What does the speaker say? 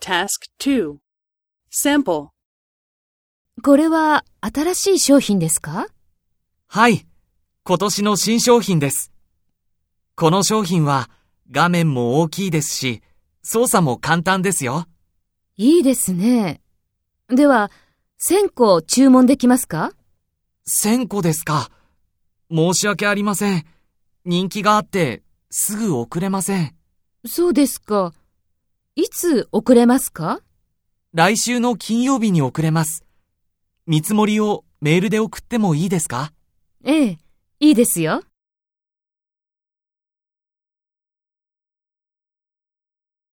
Task 2. Sample. これは新しい商品ですかはい。今年の新商品です。この商品は画面も大きいですし、操作も簡単ですよ。いいですね。では、1000個注文できますか1000個ですか。申し訳ありません。人気があって、すぐ送れません。そうですか。いつ送れますか来週の金曜日に送れます。見積もりをメールで送ってもいいですかええ、いいですよ。